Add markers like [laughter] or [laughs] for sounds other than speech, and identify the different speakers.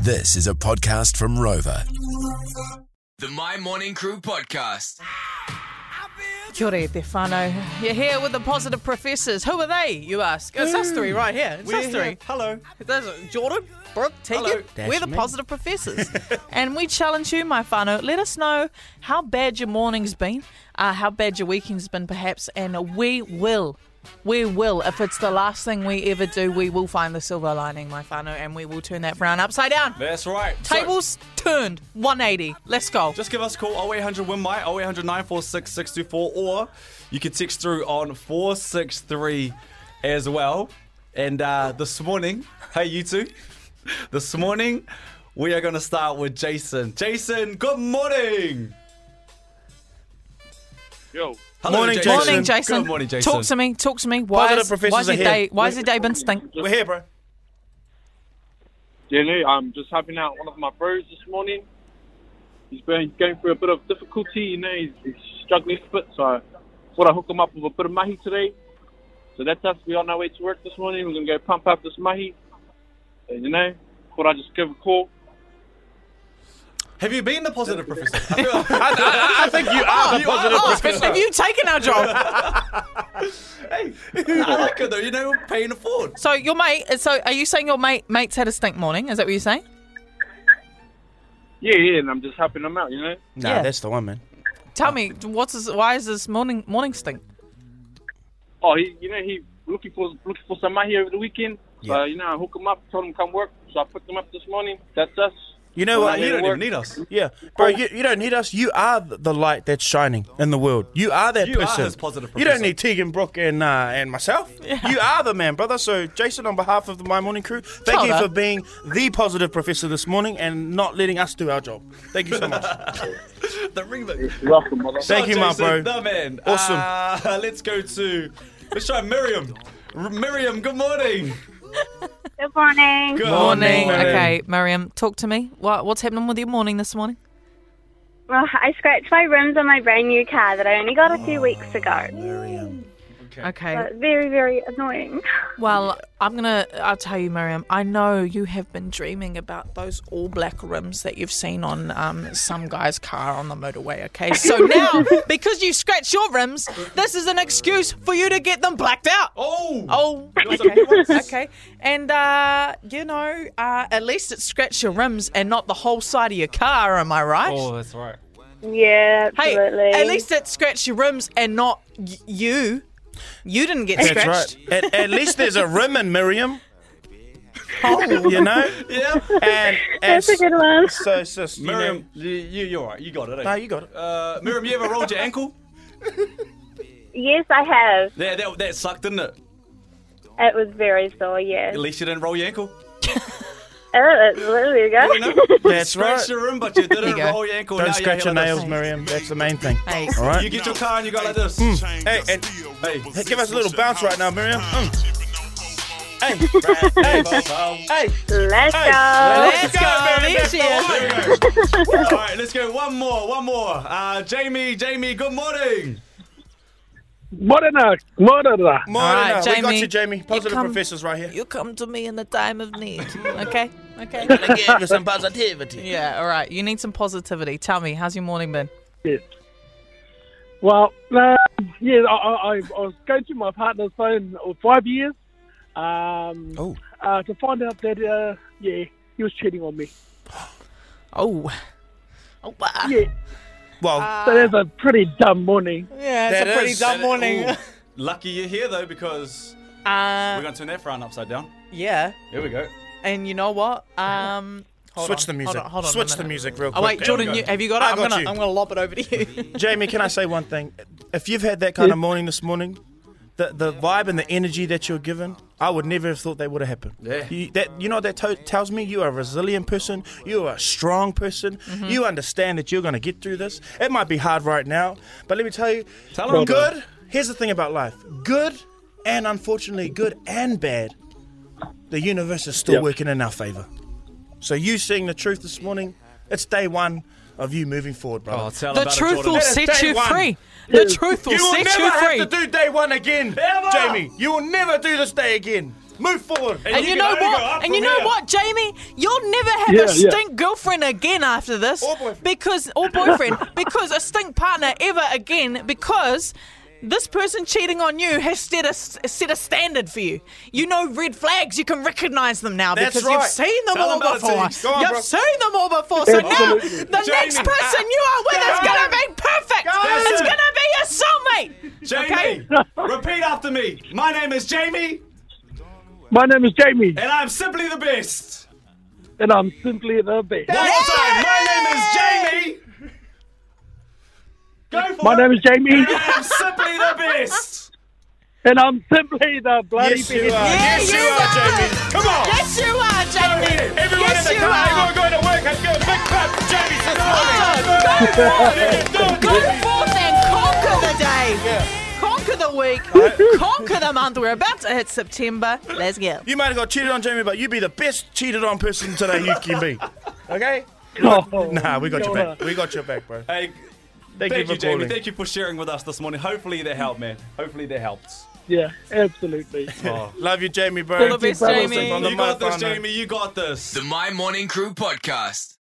Speaker 1: This is a podcast from Rover.
Speaker 2: The My Morning Crew Podcast.
Speaker 3: Kia ora, Stefano. You're here with the positive professors. Who are they, you ask? It's us
Speaker 4: Hmm.
Speaker 3: three right here. It's us three.
Speaker 4: Hello.
Speaker 3: Those are Jordan, Brooke, Tegan. We're the positive
Speaker 4: [laughs]
Speaker 3: professors. and we challenge you, my whānau. Let us know how bad your morning's been, uh, how bad your weekend's been, perhaps, and we will. We will. If it's the last thing we ever do, we will find the silver lining, my whānau, and we will turn that frown upside down.
Speaker 4: That's right. So,
Speaker 3: Tables turned 180. Let's go.
Speaker 4: just give us a call 0800 WinMy 0800 946 624 or you can text through on 463 as well. And uh, this morning, hey you two, this morning we are going to start with Jason. Jason, good morning.
Speaker 5: Yo,
Speaker 4: Hello,
Speaker 6: Morning,
Speaker 3: Morning,
Speaker 6: Jason.
Speaker 3: Jason.
Speaker 4: Good morning, Jason.
Speaker 3: Talk to me. Talk to me. Why
Speaker 6: Positive
Speaker 3: is,
Speaker 6: professors
Speaker 3: why is
Speaker 6: are
Speaker 3: your
Speaker 6: here.
Speaker 3: day? Why is your day been stink?
Speaker 6: We're here, bro.
Speaker 5: Jenny, I'm just helping out one of my bros this morning. He's been going through a bit of difficulty, you know, he's, he's struggling a bit, so I thought I'd hook him up with a bit of mahi today. So that's us, we're on our way to work this morning, we're going to go pump up this mahi. And, you know, thought I'd just give a call.
Speaker 4: Have you been the
Speaker 6: [laughs]
Speaker 4: positive professor? I feel-
Speaker 6: I think you are the [laughs] positive
Speaker 3: Oh,
Speaker 6: professor.
Speaker 3: have you taken our job?
Speaker 6: [laughs]
Speaker 4: hey, [laughs] I like it though. You know, we're paying it forward.
Speaker 3: so your mate. So are you saying your mate mates had a stink morning? Is that what you're saying?
Speaker 5: Yeah, yeah, and I'm just helping him out, you know.
Speaker 6: Nah,
Speaker 3: Yeah.
Speaker 6: that's the one, man.
Speaker 3: Tell me, what's this, why is this morning morning stink?
Speaker 5: Oh, he, you know, he looking for looking for some mahi over the weekend. So,
Speaker 6: Yeah.
Speaker 5: you know, I hook him up, told him come work, so I picked him up this morning. That's us.
Speaker 6: You know
Speaker 5: Well,
Speaker 6: what?
Speaker 5: I
Speaker 4: You
Speaker 6: You
Speaker 4: don't
Speaker 6: don't
Speaker 4: even need us.
Speaker 6: yeah, bro, you, you don't need us. You are th- the light that's shining in the world. You are that
Speaker 4: You are
Speaker 6: person.
Speaker 4: his positive
Speaker 6: you don't
Speaker 4: professor.
Speaker 6: need Tegan, Brooke, and uh, and
Speaker 7: [laughs]
Speaker 6: myself. You are the man, brother. So, Jason, on behalf of the My Morning Crew, thank
Speaker 3: Kia
Speaker 6: you
Speaker 3: ora.
Speaker 6: for being the positive professor this morning and not letting us do our job. Thank you so much.
Speaker 4: [laughs] The ring that.
Speaker 5: You're welcome, brother.
Speaker 6: thank you, my bro.
Speaker 4: Jason, The man.
Speaker 6: Awesome.
Speaker 4: Uh, [laughs] let's go to. Let's try Miriam. R- Miriam, good morning.
Speaker 7: Good morning.
Speaker 4: Good
Speaker 6: Oh,
Speaker 4: Miriam.
Speaker 3: Okay, Miriam, talk to me. What, what's happening with your morning this morning?
Speaker 7: Well, I scratched my rims on my brand new car that I only got a few weeks ago.
Speaker 3: Okay.
Speaker 7: But very, very annoying.
Speaker 3: Well, I'm gonna. I'll tell you, Miriam. I know you have been dreaming about those all black rims that you've seen on um, some guy's car on the motorway. Okay,
Speaker 6: [laughs]
Speaker 3: so now because you scratched your rims, this is an excuse for you to get them blacked out.
Speaker 4: Oh.
Speaker 3: Oh, okay. okay. And, uh, you know, uh, at least it scratched your rims and not the whole side of your car, am I right?
Speaker 4: Oh,
Speaker 6: Oh.
Speaker 4: that's right.
Speaker 7: Yeah,
Speaker 3: hey,
Speaker 7: absolutely.
Speaker 3: at least it scratched your rims and not y- you. You didn't get
Speaker 6: That's
Speaker 3: scratched.
Speaker 6: right. At, at least there's a rim in Miriam. Oh, you know.
Speaker 4: Yeah.
Speaker 7: [laughs]
Speaker 6: And, and
Speaker 7: That's a good one.
Speaker 6: so, sis, you know-
Speaker 4: Miriam, you, you, you're all right. You got it. Eh?
Speaker 6: No, you got it.
Speaker 4: Uh, Miriam, you ever rolled your ankle?
Speaker 7: Yes, I have.
Speaker 4: Yeah, that, that sucked, didn't it?
Speaker 7: It was very sore, yes.
Speaker 4: At least you didn't roll your ankle.
Speaker 7: Oh, that's, there you go.
Speaker 4: You know?
Speaker 6: [laughs] That's
Speaker 4: Scratched
Speaker 6: right.
Speaker 4: your rim, but you didn't
Speaker 3: go.
Speaker 4: roll your ankle.
Speaker 6: Don't
Speaker 4: now you're
Speaker 6: scratch
Speaker 4: here
Speaker 6: your
Speaker 4: like this.
Speaker 6: nails, Miriam. That's the main thing.
Speaker 3: Hey.
Speaker 6: All right.
Speaker 4: You get your car and you go like this.
Speaker 6: Hey, and
Speaker 4: Hey.
Speaker 6: hey, give us a little bounce right now, Miriam. Mm. Hey, hey, hey,
Speaker 7: [laughs] Let's
Speaker 6: Hey.
Speaker 7: go.
Speaker 3: Let's
Speaker 6: Let's go,
Speaker 3: go.
Speaker 6: baby.
Speaker 3: There she is.
Speaker 4: There we go. All right, let's go. One more, one more. Uh, Jamie, Jamie, good morning.
Speaker 5: Morena, morena.
Speaker 6: More
Speaker 3: All
Speaker 6: than
Speaker 3: right,
Speaker 6: enough. uh, We got
Speaker 3: Jamie.
Speaker 6: you, Jamie.
Speaker 3: You
Speaker 6: Positive
Speaker 3: come-
Speaker 6: professors right here.
Speaker 3: You come to me in the time of [laughs] need. Okay? Okay.
Speaker 6: Give you some positivity.
Speaker 3: yeah, all right. You need some positivity. Tell me, how's your morning been?
Speaker 5: Well, no, yeah, I, I, I I was going through my partner's phone for five years um,
Speaker 6: Oh.
Speaker 5: uh, to find out that, uh, yeah, he was cheating on me.
Speaker 3: Oh. Oh, wow.
Speaker 5: Yeah,
Speaker 6: Well,
Speaker 5: so that's a pretty dumb morning.
Speaker 3: Yeah, it's
Speaker 6: That
Speaker 3: a pretty
Speaker 6: is-
Speaker 3: dumb
Speaker 4: Ooh.
Speaker 3: morning.
Speaker 4: [laughs] Lucky you're here though, because we're
Speaker 3: Uh,
Speaker 4: gonna turn that frown upside down.
Speaker 3: yeah.
Speaker 4: Here we go.
Speaker 3: And you know what? Um, hold
Speaker 6: switch
Speaker 3: on,
Speaker 6: the music.
Speaker 3: Hold on, hold on a
Speaker 6: switch the
Speaker 3: minute.
Speaker 6: music real
Speaker 3: Oh
Speaker 6: quick.
Speaker 3: wait,
Speaker 6: There
Speaker 3: Jordan,
Speaker 6: we
Speaker 3: you,
Speaker 6: go.
Speaker 3: have you got it?
Speaker 6: I
Speaker 3: I'm
Speaker 6: got
Speaker 3: gonna
Speaker 6: you.
Speaker 3: I'm gonna lob it over to
Speaker 6: [laughs]
Speaker 3: you.
Speaker 6: Jamie, can I say one thing? If you've had that kind of morning this morning, the, the vibe and the energy that you're given, I would never have thought that would have happened.
Speaker 4: Yeah.
Speaker 6: You, that, you know what that to- tells me? You are a resilient person. You are a strong person.
Speaker 4: Mm-hmm.
Speaker 6: You understand that you're going to get through this. It might be hard right now, but let me tell you,
Speaker 4: Tell 'em, bro.
Speaker 6: good. Here's the thing about life good and unfortunately, good and bad, the universe is still working in our favor. So you seeing the truth this morning, it's day one of you moving forward, brother.
Speaker 4: Oh, tell
Speaker 3: the truth will
Speaker 6: That is
Speaker 3: set
Speaker 6: day
Speaker 3: you
Speaker 6: one.
Speaker 3: free. The truth will
Speaker 6: You will
Speaker 3: set
Speaker 6: never
Speaker 3: you
Speaker 6: have
Speaker 3: free.
Speaker 6: to do day one again,
Speaker 4: Ever.
Speaker 6: Jamie. You will never do this day again. Move forward.
Speaker 3: And you,
Speaker 4: can
Speaker 3: know
Speaker 4: only go up
Speaker 3: what? And you
Speaker 4: from
Speaker 3: know
Speaker 4: here.
Speaker 3: what, Jamie? You'll never have
Speaker 5: Yeah,
Speaker 3: a
Speaker 5: yeah.
Speaker 3: stink girlfriend again after this.
Speaker 6: Or boyfriend.
Speaker 3: Because or
Speaker 5: [laughs]
Speaker 3: boyfriend. because a stink partner ever again because this person cheating on you has set a, set a standard for you. You know red flags. You can recognize them now
Speaker 6: That's
Speaker 3: because
Speaker 6: right.
Speaker 3: you've seen them
Speaker 6: Tell
Speaker 3: all
Speaker 6: them about it,
Speaker 3: before.
Speaker 6: Teague. Go on,
Speaker 3: you've
Speaker 6: bro.
Speaker 3: seen them all before. So now the
Speaker 5: Absolutely.
Speaker 3: next
Speaker 4: Jamie.
Speaker 3: person you are with is
Speaker 4: Go.
Speaker 3: going to be perfect.
Speaker 4: Go.
Speaker 3: It's
Speaker 4: Listen.
Speaker 3: going to be your soulmate.
Speaker 4: Jamie,
Speaker 3: Okay?
Speaker 4: [laughs] repeat after me. My name is Jamie,
Speaker 5: My name is Jamie,
Speaker 4: and I'm simply the best.
Speaker 5: and I'm simply the best.
Speaker 4: One more time. My name is Jamie. Go for
Speaker 5: My
Speaker 4: it.
Speaker 5: name is Jamie,
Speaker 4: And I'm simply the best.
Speaker 5: and I'm simply the bloody
Speaker 6: Yes,
Speaker 5: best.
Speaker 6: you are.
Speaker 3: Yeah,
Speaker 4: yes, you,
Speaker 3: you
Speaker 4: are,
Speaker 3: are.
Speaker 4: Jamie. Come on.
Speaker 3: Yes, you are,
Speaker 4: Go
Speaker 3: Jamie.
Speaker 4: ahead. Everyone
Speaker 3: yes,
Speaker 4: in the
Speaker 3: you
Speaker 4: car,
Speaker 3: are.
Speaker 4: everyone going to work, let's give a big clap for Jamie. Come
Speaker 3: Oh, go
Speaker 4: on. Go,
Speaker 3: Go
Speaker 4: go, go.
Speaker 3: forth and conquer the day. Conquer the week. conquer the month. We're about to hit September. Let's go.
Speaker 6: You might have got cheated on, Jamie, but you be the best cheated on person today you
Speaker 3: [laughs]
Speaker 6: can be. Okay?
Speaker 5: Oh,
Speaker 6: Nah, we got your
Speaker 5: Yola.
Speaker 6: back. We got your back, bro.
Speaker 4: Hey, thank
Speaker 6: Thank, you
Speaker 4: you,
Speaker 6: for
Speaker 4: Jamie.
Speaker 6: calling.
Speaker 4: Thank you for sharing with us this morning. Hopefully that helped, man. Hopefully that helped.
Speaker 5: Yeah, absolutely.
Speaker 6: Love you, Jamie, bro.
Speaker 3: All the best,
Speaker 5: brother.
Speaker 3: Jamie.
Speaker 6: From the
Speaker 4: You got this,
Speaker 6: microphone.
Speaker 4: Jamie. You got this.
Speaker 2: The My Morning Crew Podcast.